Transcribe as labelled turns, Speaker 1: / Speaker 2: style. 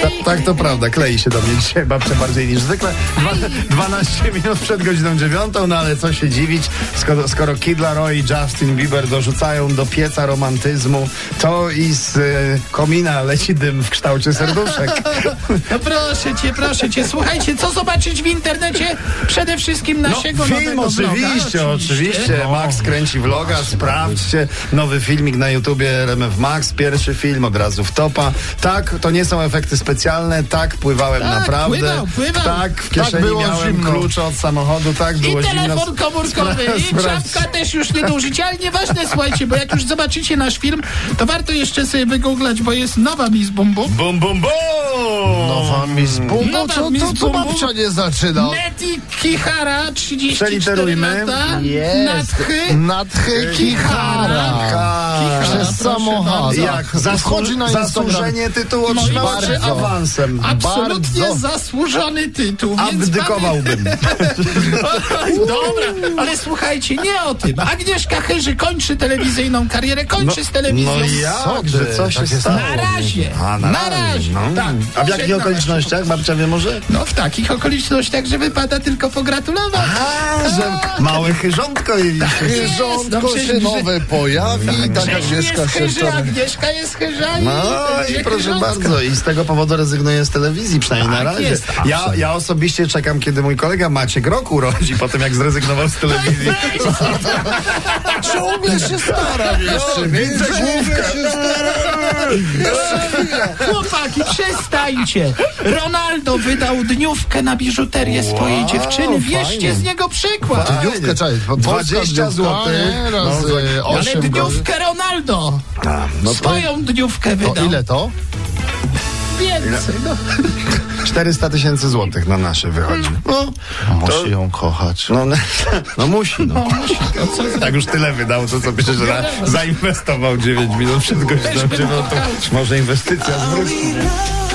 Speaker 1: Tak, tak, to prawda, klei się do mnie dzisiaj babcia bardziej niż zwykle. Dwa, 12 minut przed godziną dziewiątą, no ale co się dziwić, skoro, skoro Kid Laroi i Justin Bieber dorzucają do pieca romantyzmu, to i z y, komina leci dym w kształcie serduszek.
Speaker 2: No proszę cię, proszę cię, słuchajcie, co zobaczyć w internecie? Przede wszystkim naszego
Speaker 1: No, Film
Speaker 2: nowego No.
Speaker 1: oczywiście,
Speaker 2: bloga.
Speaker 1: oczywiście. Max kręci vloga, sprawdźcie. Nowy filmik na YouTubie RMF Max, pierwszy film od razu w topa. Tak, to nie są efekty specjalne, tak pływałem
Speaker 2: Tak,
Speaker 1: naprawdę.
Speaker 2: pływał, pływał.
Speaker 1: Tak, w kieszeni
Speaker 3: było
Speaker 1: miałem
Speaker 3: zimno.
Speaker 1: klucz od samochodu, tak
Speaker 2: I
Speaker 1: było zimno.
Speaker 2: telefon komórkowy, i
Speaker 1: Sprawdź-
Speaker 2: czapka też już niedużycie, ale nieważne, słuchajcie, bo jak już zobaczycie nasz film, to warto jeszcze sobie wygooglać, bo jest nowa Miss Bum Bum.
Speaker 1: Bum, bum, bum!
Speaker 3: Nowa Miss
Speaker 1: No
Speaker 3: Bum
Speaker 2: Nowa
Speaker 3: Bum, co
Speaker 2: Miss
Speaker 3: No to tu
Speaker 2: Bum Bum.
Speaker 3: babcia nie zaczyna?
Speaker 2: Neti Kihara, 34
Speaker 1: Przeliterujmy.
Speaker 2: lata,
Speaker 3: Jest.
Speaker 2: nadchy,
Speaker 3: Nadchy Kichara.
Speaker 1: Kara.
Speaker 3: Przez
Speaker 2: proszę
Speaker 3: samochód.
Speaker 2: bardzo.
Speaker 1: Tak. Jak zasłuży,
Speaker 3: Wchodzi na
Speaker 1: zasłużenie tytułu otrzymał
Speaker 2: Moi
Speaker 1: czy
Speaker 2: bardzo.
Speaker 1: awansem?
Speaker 2: absolutnie
Speaker 3: bardzo.
Speaker 2: zasłużony tytuł. więc
Speaker 1: Abdykowałbym.
Speaker 2: Dobra, ale słuchajcie, nie o tym. Agnieszka Chyży kończy telewizyjną karierę, kończy z telewizją.
Speaker 1: No jakże,
Speaker 3: ty,
Speaker 1: co się
Speaker 3: tak jest
Speaker 1: stało?
Speaker 2: Na razie,
Speaker 1: A,
Speaker 2: na razie,
Speaker 1: no.
Speaker 2: tak.
Speaker 1: A w jakich
Speaker 2: Żegnam
Speaker 1: okolicznościach? Babcia wie może?
Speaker 2: No w takich okolicznościach, że wypada tylko pogratulować.
Speaker 1: A, że małe chyżątko i
Speaker 2: no
Speaker 3: Rządko
Speaker 2: przecież-
Speaker 3: się nowe pojawi i taka dziecka
Speaker 2: jest
Speaker 3: się
Speaker 2: chyża,
Speaker 3: tam...
Speaker 2: Agnieszka jest chyża i
Speaker 1: No
Speaker 2: będzie
Speaker 1: i proszę
Speaker 2: Chyżącka.
Speaker 1: bardzo, i z tego powodu rezygnuję z telewizji, przynajmniej na
Speaker 2: Tak
Speaker 1: razie.
Speaker 2: jest,
Speaker 1: ja, ja osobiście czekam, kiedy mój kolega Maciek Rok urodzi po tym, jak zrezygnował z telewizji.
Speaker 3: Ciągle się stara, jeszcze
Speaker 1: widzę
Speaker 3: Ciągle się stara.
Speaker 2: Chłopaki, przestańcie. Ronaldo wydał dniówkę na biżuterię swojej dziewczyny. Wierzcie
Speaker 1: fajnie.
Speaker 2: z niego przykład.
Speaker 3: Dniówkę, czekaj, po
Speaker 1: 20 złotych,
Speaker 3: Raz
Speaker 1: no,
Speaker 2: Ale
Speaker 3: y, 8 godzin.
Speaker 2: dniówkę Ronaldo.
Speaker 1: No to
Speaker 2: Swoją dniówkę
Speaker 3: To
Speaker 2: wydał.
Speaker 3: ile to?
Speaker 2: Więcej. No.
Speaker 1: 400 tysięcy złotych na nasze wychodzi. No,
Speaker 3: Musi ją kochać.
Speaker 1: no, no musi, no.
Speaker 2: No, co za-
Speaker 1: Tak już tyle wydał, to co myślę, że na- zainwestował 9 minut przed godziną
Speaker 2: Też bym
Speaker 1: 9.
Speaker 2: kochał.
Speaker 1: Może inwestycja zwróci.
Speaker 4: We love.